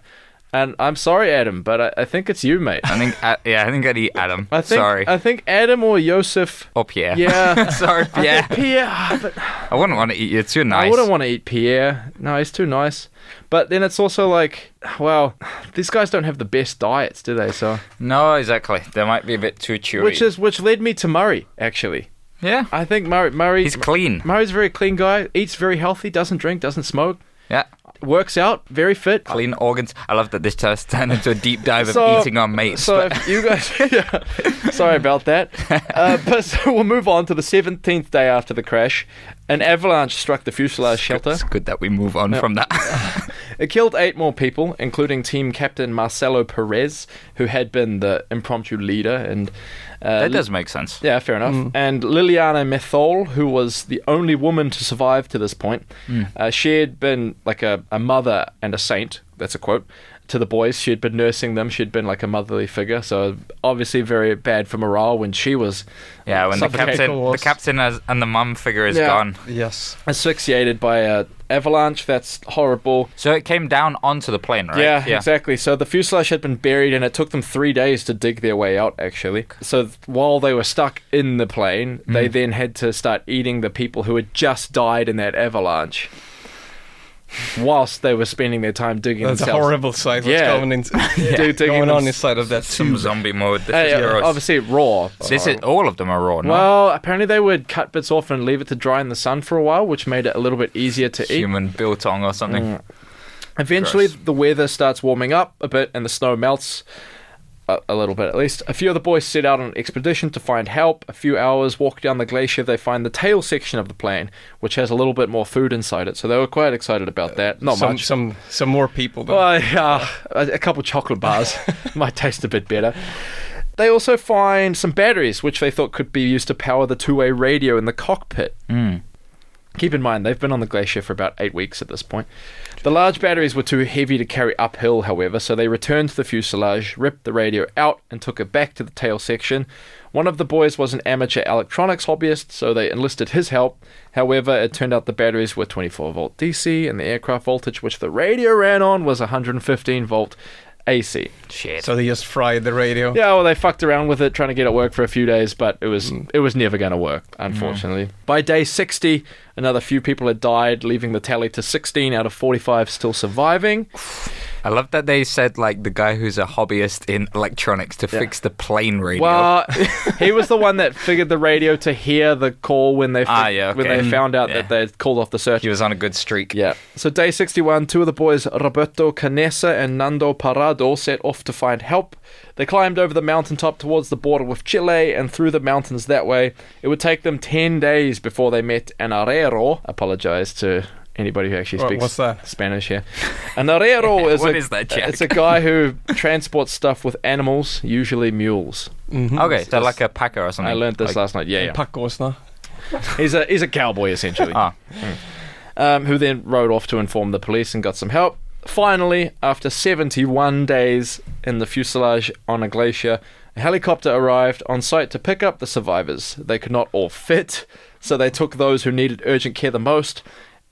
B: And I'm sorry, Adam, but I, I think it's you, mate.
C: I think, uh, yeah, I think I'd eat Adam.
B: I think,
C: Sorry. Oh.
B: I think Adam or Yosef.
C: or Pierre.
B: Yeah.
C: Sorry, Pierre.
B: Pierre. ah, But
C: I wouldn't want to eat you. It's too nice.
B: I wouldn't want to eat Pierre. No, he's too nice. But then it's also like, well, these guys don't have the best diets, do they? So,
C: No, exactly. They might be a bit too chewy.
B: which is which led me to Murray. Actually,
C: yeah.
B: I think Murray. Murray.
C: He's clean.
B: Murray's a very clean guy. Eats very healthy. Doesn't drink. Doesn't smoke.
C: Yeah.
B: Works out. Very fit.
C: Clean organs. I love that this has turned into a deep dive of
B: So-
C: eating our mates.
B: So
C: but-
B: if you guys, yeah, sorry about that. Uh, but so we'll move on to the 17th day after the crash. An avalanche struck the fuselage shelter.
C: It's good that we move on from that.
B: It killed eight more people, including team captain Marcelo Perez, who had been the impromptu leader. And uh,
C: that does make sense.
B: yeah, fair enough. And Liliana Methol, who was the only woman to survive to this point, uh, she had been like a, a mother and a saint. That's a quote to the boys. She had been nursing them. She had been like a motherly figure. So obviously, very bad for morale when she was uh,
C: Yeah, when the
D: Suffocating
C: captain, the
D: was-
C: captain has, and the mum figure is
B: Yeah.
C: gone.
D: Yes.
B: asphyxiated by a, avalanche. That's horrible.
C: So it came down onto the plane, right?
B: Yeah, exactly. So the fuselage had been buried, and it took them three days to dig their way out. Actually, so th- while they were stuck in the plane, they then had to start eating the people who had just died in that avalanche, whilst they were spending their time digging
D: That's a
B: themselves.
D: horrible sight. What's
B: Yeah.
D: going, in,
B: Dude, digging
D: going on
B: them-
D: inside of that
C: Some
D: tube?
C: zombie mode. This
B: Hey,
C: is
B: uh,
C: gross.
B: obviously raw.
C: So this is, all of them are raw, no?
B: Well, apparently they would cut bits off and leave it to dry in the sun for a while, which made it a little bit easier to eat.
C: Human biltong or something.
B: Mm. Eventually,
C: Gross.
B: the weather starts warming up a bit and the snow melts. A, a little bit at least. A few of the boys set out on an expedition to find help. A few hours walk down the glacier, they find the tail section of the plane, which has a little bit more food inside it. So they were quite excited about that. Not
D: some,
B: much.
D: some some more people. Though.
B: Well, yeah, a, a couple chocolate bars might taste a bit better. They also find some batteries, which they thought could be used to power the two way radio in the cockpit. Keep in mind, they've been on the glacier for about eight weeks at this point. The large batteries were too heavy to carry uphill, however, so they returned to the fuselage, ripped the radio out, and took it back to the tail section. One of the boys was an amateur electronics hobbyist, so they enlisted his help. However, it turned out the batteries were 24 volt DC, and the aircraft voltage which the radio ran on was 115 volt AC.
C: Shit.
D: so they just fried the radio.
B: Yeah, well, they fucked around with it, trying to get it work for a few days, but it was
C: Mm.
B: it was never going to work, unfortunately. By day 60, another few people had died, leaving the tally to 16 out of 45 still surviving.
C: I love that they said, like, the guy who's a hobbyist in electronics to fix the plane radio.
B: Well, he was the one that figured the radio to hear the call when they fi-
C: Ah, yeah,
B: when
C: okay.
B: they found out
C: Yeah.
B: that they had called off the search.
C: he was on a good streak.
B: Yeah. So day 61, two of the boys, Roberto Canessa and Nando Parado, set off to find help. They climbed over the mountaintop towards the border with Chile and through the mountains that way. It would take them 10 days before they met an arero. Apologize to anybody who actually
D: Wha-
B: speaks
D: what's that?
B: Spanish here. An arero is,
C: What
B: a,
C: is that, Jack?
B: It's a guy who transports stuff with animals, usually mules.
C: Okay, so like a packer or something.
B: Mm-hmm. I learned this
C: Like-
B: last night. Yeah, yeah.
D: Packåsna.
B: He's a he's a cowboy essentially.
C: Ah.
B: Um, who then rode off to inform the police and got some help. Finally, after 71 days in the fuselage on a glacier, a helicopter arrived on site to pick up the survivors. They could not all fit, so they took those who needed urgent care the most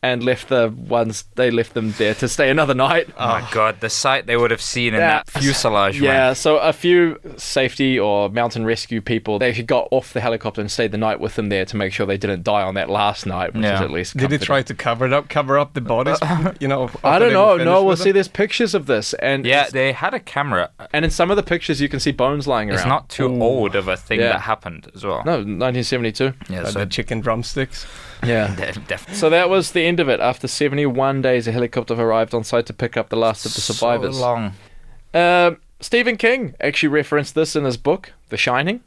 B: and left the ones they left them there to stay another night.
C: Oh my god, the sight they would have seen in
B: Yeah.
C: that fuselage.
B: Yeah,
C: man.
B: so a few safety or mountain rescue people they actually got off the helicopter and stayed the night with them there to make sure they didn't die on that last night, which
C: Yeah.
B: is at least.
D: Did they
B: comforting.
D: try to cover it up, cover up the bodies? You know,
B: I don't
D: after they
B: know.
D: were finished
B: No, we'll
D: with
B: see.
D: it?
B: There's pictures of this, and
C: Yeah, they had a camera.
B: and in some of the pictures you can see bones lying around.
C: It's not too old of a thing
B: Yeah.
C: that happened as well.
B: no 1972.
C: Yeah,
D: Uh,
C: so
D: the chicken drumsticks.
B: Yeah.
C: de- def-
B: So that was the end of it. After 71 days, a helicopter arrived on site to pick up the last of the
C: so
B: survivors.
C: long.
B: Um, Stephen King actually referenced this in his book, The Shining.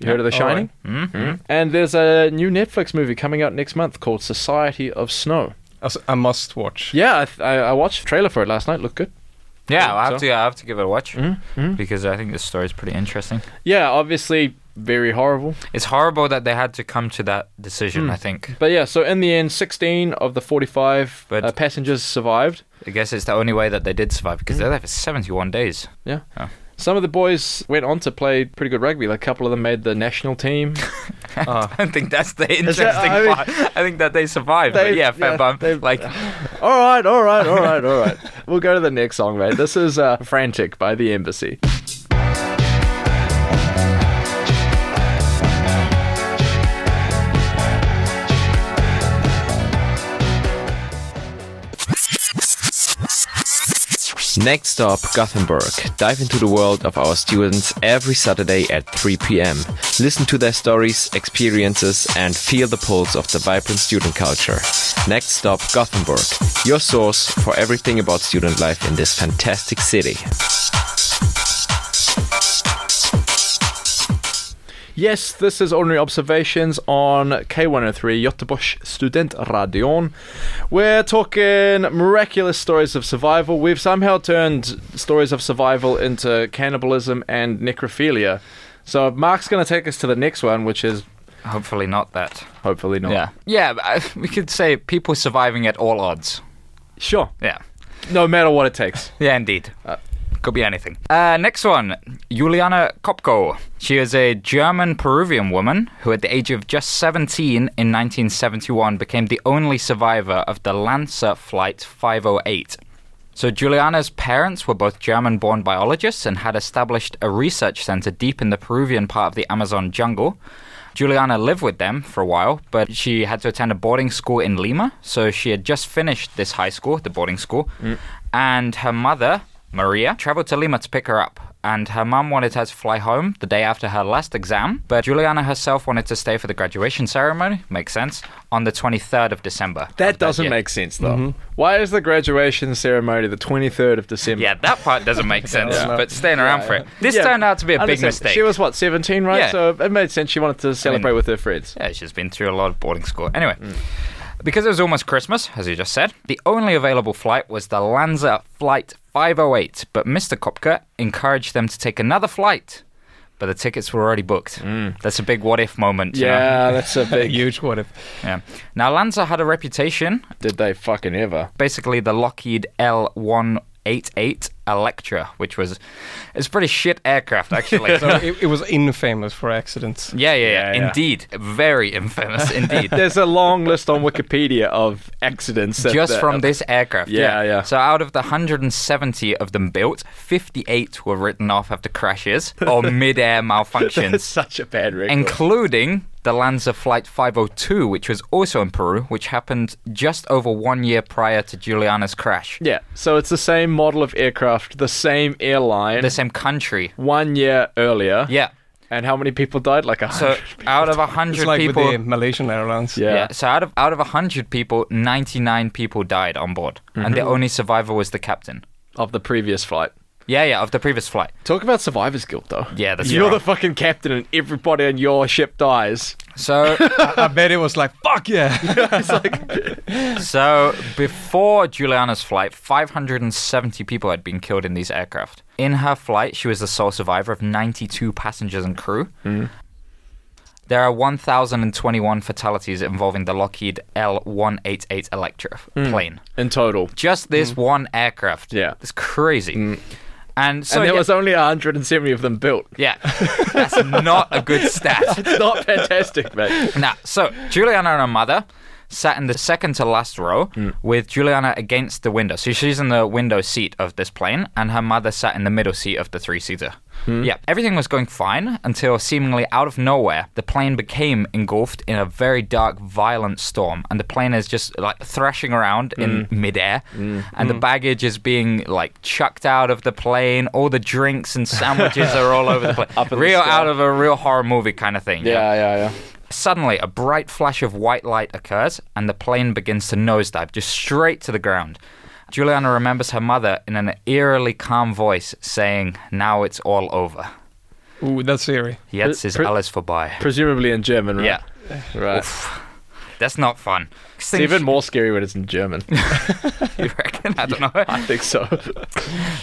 B: You heard of The
D: all right.
B: Shining? Mm-hmm. And there's a new Netflix movie coming out next month called Society of Snow.
D: As a must watch.
B: Yeah, I, th- I, I watched the trailer for it last night. Looked good.
C: Yeah, I have
B: So- Mm-hmm.
C: to. I have to give it a watch because I think this story is pretty interesting.
B: Yeah, obviously very horrible.
C: It's horrible that they had to come to that decision.
B: Hmm.
C: I think.
B: But yeah, so in the end, 16 of the 45
C: But-
B: uh, passengers survived.
C: I guess it's the only way that they did survive because
B: Hmm.
C: they're there for seventy-one days.
B: Yeah.
C: Oh.
B: Some of the boys went on to play pretty good rugby. Like, a couple of them made the national team.
C: I don't think that's the interesting
B: that- I mean-
C: part. Uh, I think that they survived.
B: They-
C: but yeah, fair
B: yeah,
C: bump.
B: they-
C: Like,
B: all right, all right, all right, all right. We'll go to the next song, mate. This is uh, Frantic by The Embassy.
J: Next stop, Gothenburg. Dive into the world of our students every Saturday at 3 p.m. Listen to their stories, experiences, and feel the pulse of the vibrant student culture. Next stop, Gothenburg. Your source for everything about student life in this fantastic city.
B: Yes, this is Ordinary Observations on K103 Göteborgs Student Radion. We're talking miraculous stories of survival. We've somehow turned stories of survival into cannibalism and necrophilia. So Mark's going to take us to the next one, which is
C: hopefully not that.
B: hopefully not.
C: Yeah, yeah. but, uh, We could say people surviving at all odds.
B: Sure.
C: Yeah,
B: No matter what it takes.
C: yeah, indeed. Could be anything. Uh, next one, Juliana Kopko. She is a German Peruvian woman who, at the age of just 17 in 1971, became the only survivor of the Lancer Flight 508. So, Juliana's parents were both German born biologists and had established a research center deep in the Peruvian part of the Amazon jungle. Juliana lived with them for a while, but she had to attend a boarding school in Lima. So, she had just finished this high school, the boarding school, and her mother, Maria, traveled to Lima to pick her up. And her mum wanted her to fly home the day after her last exam, but Juliana herself wanted to stay for the graduation ceremony, makes sense, on the 23rd of December.
B: That doesn't make sense, though.
C: Mm-hmm.
B: Why is the graduation ceremony the 23rd of December?
C: Yeah, that part doesn't make sense,
B: Yeah.
C: but staying around for it. This
B: Yeah,
C: turned out to be a big
B: understand.
C: mistake.
B: She was, what, 17, right?
C: Yeah.
B: So it made sense she wanted to celebrate with her friends.
C: Yeah, she's been through a lot of boarding school. Anyway,
B: Mm.
C: because it was almost Christmas, as you just said, the only available flight was the Lanza Flight 508, but Mr. Kopka encouraged them to take another flight. But the tickets were already booked. That's a big what if moment. you know?
B: Mm. Yeah, that's a big, huge what if.
C: Yeah. Now, Lanza had a reputation.
B: Did they fucking ever?
C: Basically, the Lockheed L188 Electra, which was it's a pretty shit aircraft actually.
D: so it, it was infamous for accidents.
C: yeah, yeah, yeah,
B: yeah.
C: Indeed, very infamous indeed.
B: There's a long list on Wikipedia of accidents. that-
C: just
B: that-
C: from this aircraft.
B: Yeah, yeah.
C: So out of the 170 of them built, 58 were written off after crashes or mid-air
B: That's
C: malfunctions,
B: such a bad record.
C: including the Lanza Flight 502, which was also in Peru, which happened just over one year prior to Juliana's crash.
B: yeah, so it's the same model of aircraft, the same airline,
C: The same country.
B: one year earlier.
C: Yeah.
B: And how many people died? Like a
C: So
B: hundred.
C: out of
D: It's
C: 100
D: like
C: people,
D: with the Malaysian Airlines.
B: yeah.
C: Yeah. So out of out of hundred people, ninety nine people died on board, and
B: Mm-hmm.
C: the only survivor was the captain.
B: of the previous flight.
C: Yeah, yeah, of the previous flight.
B: Talk about survivor's guilt, though.
C: Yeah, that's
B: you're
C: right.
B: the fucking captain, and everybody on your ship dies.
C: So uh,
D: I bet it was like, fuck yeah.
C: So before Juliana's flight, 570 people had been killed in these aircraft. In her flight, she was the sole survivor of 92 passengers and crew.
B: Mm-hmm.
C: There are 1,021 fatalities involving the Lockheed L188 Electra plane.
B: In total,
C: Just this one aircraft.
B: Mm. Yeah. Mm.
C: It's crazy. And so
B: and there
C: yeah,
B: was only 170 of them built.
C: yeah, that's not a good stat.
B: Not fantastic, mate.
C: Now, so Juliana and her mother sat in the second to last row
B: Hmm.
C: with Juliana against the window. So she's in the window seat of this plane, and her mother sat in the middle seat of the three seater.
B: Hmm.
C: Yeah, everything was going fine until seemingly out of nowhere, the plane became engulfed in a very dark, violent storm, and the plane is just like thrashing around in
B: Hmm.
C: midair, and the baggage is being like chucked out of the plane. All the drinks and sandwiches are all over the plane.
B: Up in the
C: real
B: sky.
C: out of a real horror movie kind of thing.
B: Yeah, yeah, yeah.
C: Suddenly, a bright flash of white light occurs, and the plane begins to nosedive just straight to the ground. Juliana remembers her mother in an eerily calm voice saying, Now it's all over.
D: Ooh, that's eerie.
C: Jetzt ist
B: Pre-
C: alles vorbei.
B: Presumably in German, right?
C: Yeah,
B: Right.
C: that's not fun.
B: It's even more scary when it's in German.
C: you reckon? I don't know.
B: I think so.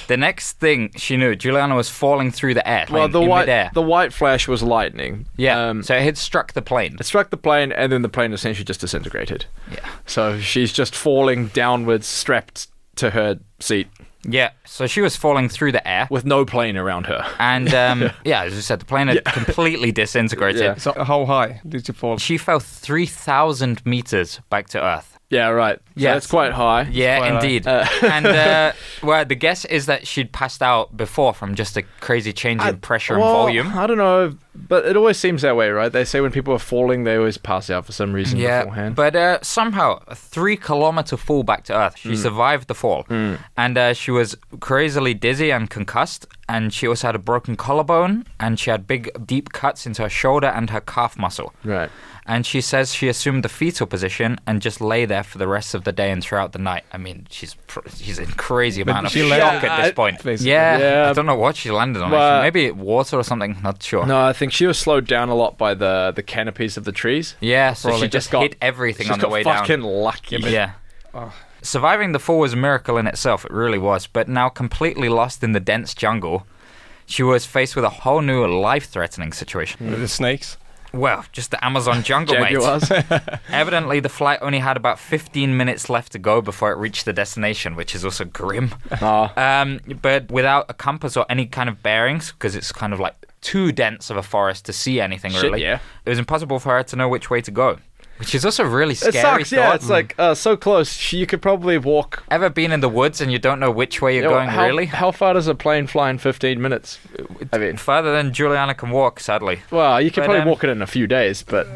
C: The next thing she knew, Juliana was falling through the air.
B: well,
C: like,
B: the
C: in
B: white
C: midair.
B: the white flash was lightning.
C: yeah,
B: Um,
C: so it had struck the plane.
B: it struck the plane, and then the plane essentially just disintegrated.
C: Yeah.
B: So she's just falling downwards, strapped to her seat,
C: Yeah, so she was falling through the air.
B: with no plane around her.
C: And um, yeah, as you said, the plane had completely disintegrated.
B: Yeah.
D: So how high did you fall?
C: She fell 3,000 meters back to Earth.
B: Yeah, right. Yeah,
C: Yeah.
B: that's quite high.
C: Yeah,
D: quite right.
C: indeed. and uh, well, the guess is that she'd passed out before from just a crazy change in pressure
B: Well,
C: and volume.
B: I don't know, but it always seems that way, right? They say when people are falling, they always pass out for some reason
C: Yeah,
B: beforehand.
C: but uh, somehow a three-kilometer fall back to Earth. She survived the fall, and uh, she was crazily dizzy and concussed. And she also had a broken collarbone, and she had big, deep cuts into her shoulder and her calf muscle.
B: right.
C: And she says she assumed the fetal position and just lay there for the rest of the day and throughout the night. I mean, she's pr- she's in crazy amount of
D: she
C: shock
D: lay on
C: at this
B: I-
C: point.
D: basically.
C: Yeah,
B: Yeah.
C: I don't know what she landed on.
B: But-
C: actually. Maybe water or something. Not sure.
B: No, I think she was slowed down a lot by the the canopies of the trees.
C: Yeah, so
B: Probably
C: she just,
B: got-
C: hit everything
B: She's
C: on the
B: got
C: way down.
B: fucking lucky. man.
C: Yeah. Surviving the fall was a miracle in itself, it really was, but now completely lost in the
B: Mm.
C: dense jungle, she was faced with a whole new life threatening situation.
D: The snakes.
C: Well, just the Amazon jungle,
B: Jaguars.
C: mate. Evidently, the flight only had about 15 minutes left to go before it reached the destination, which is also grim. Um, but without a compass or any kind of bearings, because it's kind of like too dense of a forest to see anything,
B: Shit,
C: really.
B: yeah.
C: It was impossible for her to know which way to go, which is also really
B: It
C: scary.
B: sucks. Yeah,
C: thought.
B: it's like uh, so close. Sh- You could probably walk.
C: Ever been in the woods and you don't know which way you're
B: Yeah, well,
C: going,
B: how,
C: really?
B: How far does a plane fly in 15 minutes? I mean,
C: Further than Juliana can walk, sadly.
B: well, you could
C: But,
B: probably
C: um,
B: walk it in a few days, but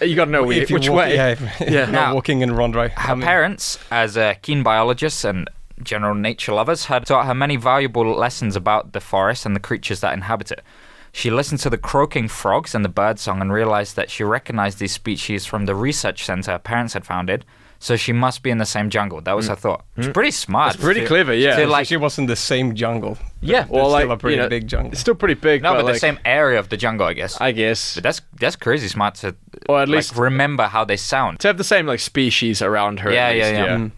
B: you got to know
D: If
B: whi-
D: you
B: which
D: walk-
B: way.
D: Yeah, if, if
B: Yeah.
D: you're
C: Now-
D: walking in Rondrai.
C: Her parents, as uh, keen biologists and general nature lovers, had taught her many valuable lessons about the forest and the creatures that inhabit it. She listened to the croaking frogs and the bird song and realized that she recognized these species from the research center her parents had founded, so she must be in the same jungle. That was her thought. She's pretty smart.
B: Mm. That's pretty
C: to-
B: clever, yeah.
C: to,
B: So
C: like,
D: she was in the same jungle.
B: Yeah,
D: That's still a pretty
B: you know,
D: big jungle.
B: It's still pretty big.
C: no, but, the
B: like,
C: same area of the jungle, I guess.
B: I guess
C: but that's that's crazy smart to
B: Or at
C: like,
B: least-
C: remember how they sound.
B: to have the same like species around her. at
C: Yeah, yeah,
B: least,
C: yeah. Mm.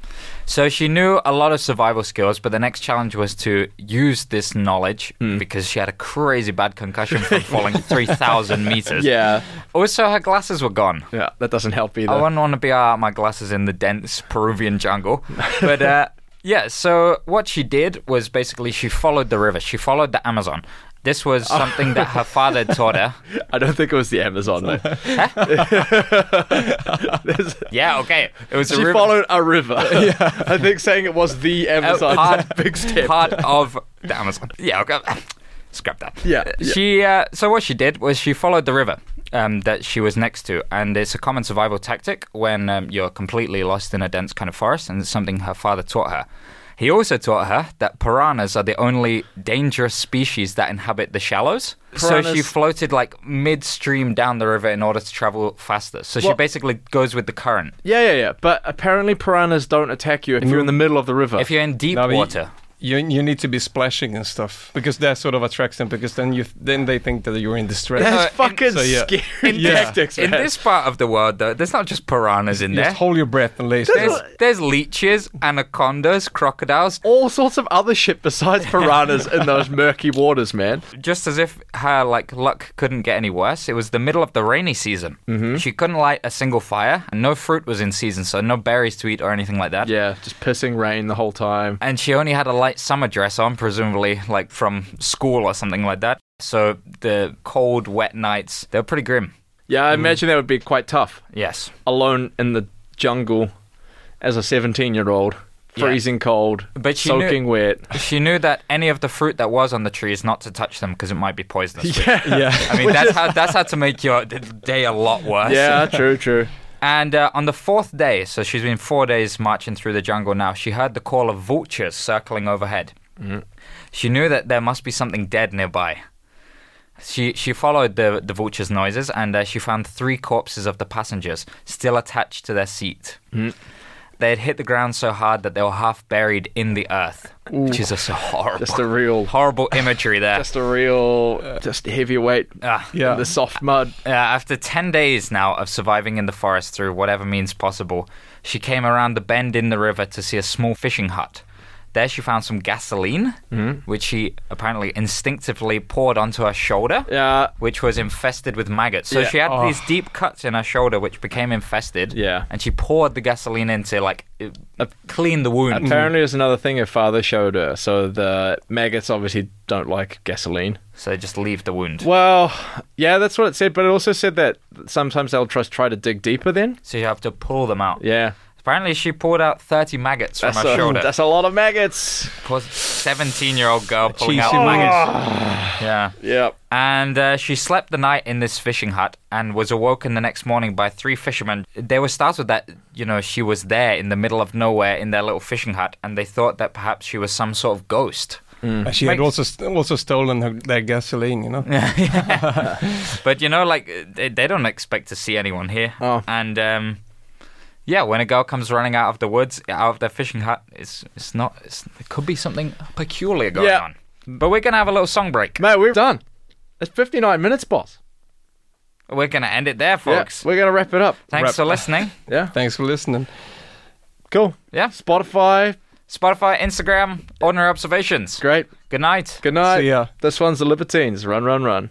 C: So she knew a lot of survival skills, but the next challenge was to use this knowledge
B: Hmm.
C: because she had a crazy bad concussion from falling 3,000 meters.
B: Yeah.
C: Also, her glasses were gone.
B: Yeah, that doesn't help either.
C: I wouldn't want to be out my glasses in the dense Peruvian jungle. But uh, yeah, so what she did was basically she followed the river, she followed the Amazon. This was
B: Oh.
C: something that her father had taught her.
B: I don't think it was the Amazon. Though. There's-
C: Yeah, okay. It was a
B: she
C: river.
B: followed a river. I think saying it was the Amazon
C: Uh, part,
B: is a big step.
C: part of the Amazon. Yeah, okay. Scrap that.
B: Yeah,
C: Uh,
B: yeah.
C: She. Uh, so what she did was she followed the river um, that she was next to, and it's a common survival tactic when um, you're completely lost in a dense kind of forest, and it's something her father taught her. He also taught her that piranhas are the only dangerous species that inhabit the shallows. So she
B: Piranhas-
C: floated like midstream down the river in order to travel faster. So she
B: Well-
C: basically goes with the current.
B: Yeah, yeah, yeah. But apparently piranhas don't attack you if you're in the middle of the river.
C: If you're in deep
D: No, but you-
C: water,
D: You, you need to be splashing and stuff because that sort of attracts them because then you then they think that you're in distress.
B: That's
C: Uh, in-
B: fucking
D: so, yeah.
B: scary
D: Yeah.
B: tactics,
C: in
B: man.
C: this part of the world though, there's not just piranhas in there.
D: Just hold your breath and lay still.
C: There's, there's leeches, anacondas, crocodiles,
B: all sorts of other shit besides piranhas in those murky waters, man.
C: just as if her like luck couldn't get any worse. It was the middle of the rainy season. She couldn't light a single fire, and no fruit was in season, so no berries to eat or anything like that.
B: Yeah, just pissing rain the whole time.
C: And she only had a light summer dress on, presumably like from school or something like that. So the cold, wet nights, they were pretty grim.
B: Yeah,
C: Mm-hmm.
B: I imagine that would be quite tough.
C: Yes.
B: Alone in the jungle as a 17 year old,
C: Yeah.
B: freezing cold,
C: But she
B: soaking
C: knew-
B: wet.
C: She knew that any of the fruit that was on the trees not to touch them because it might be poisonous. Yeah.
D: yeah.
C: I mean, that's how that's how to make your d- day a lot worse.
B: Yeah, true, true.
C: And uh, on the fourth day, so she's been four days marching through the jungle now, she heard the call of vultures circling overhead.
B: Mm-hmm.
C: She knew that there must be something dead nearby. She, she followed the, the vultures' noises and uh, she found three corpses of the passengers still attached to their seat.
B: Mm-hmm.
C: They had hit the ground so hard that they were half buried in the earth, which is just a horrible,
B: Just a real,
C: horrible imagery there.
B: just a real, just heavyweight.
C: Ah.
D: Yeah.
B: The soft mud.
C: Uh, after 10 days now of surviving in the forest through whatever means possible, she came around the bend in the river to see a small fishing hut. There she found some gasoline,
B: Mm-hmm.
C: which she apparently instinctively poured onto her shoulder,
B: Yeah.
C: which was infested with maggots. So
B: Yeah. Oh.
C: she had these deep cuts in her shoulder, which became infested.
B: Yeah.
C: And she poured the gasoline in to, like, it- clean the wound.
B: Apparently, there's another thing her father showed her. So the maggots obviously don't like gasoline.
C: so just leave the wound.
B: Well, yeah, that's what it said, but it also said that sometimes they'll just try to dig deeper then.
C: So you have to pull them out.
B: Yeah.
C: Apparently, she poured out 30 maggots from
B: That's
C: her
B: a,
C: shoulder.
B: that's a lot of maggots.
C: 17 year old girl pulling out
D: Cheesy maggots.
C: Yeah.
B: Yep.
C: And uh, she slept the night in this fishing hut and was awoken the next morning by three fishermen. They were startled that, you know, she was there in the middle of nowhere in their little fishing hut and they thought that perhaps she was some sort of ghost.
D: And She had
C: Makes-
D: also st- also stolen her, their gasoline, you know.
C: But, you know, like, they, they don't expect to see anyone here.
B: Oh.
C: And, um,. Yeah, when a girl comes running out of the woods, out of their fishing hut, it's it's not. It's, it could be something peculiar going
B: Yeah.
C: on. But we're gonna have a little song break.
B: Mate, we're done. It's 59 minutes, boss.
C: We're gonna end it there,
B: Yeah,
C: folks.
B: we're going to wrap it up.
C: Thanks
D: Wrap-
C: for listening.
B: Yeah.
D: Thanks for listening.
B: Cool.
C: Yeah.
B: Spotify.
C: Spotify, Instagram, Ordinary Observations.
B: Great.
C: Good night.
B: Good night.
D: See ya.
B: This one's the Libertines. Run, run, run.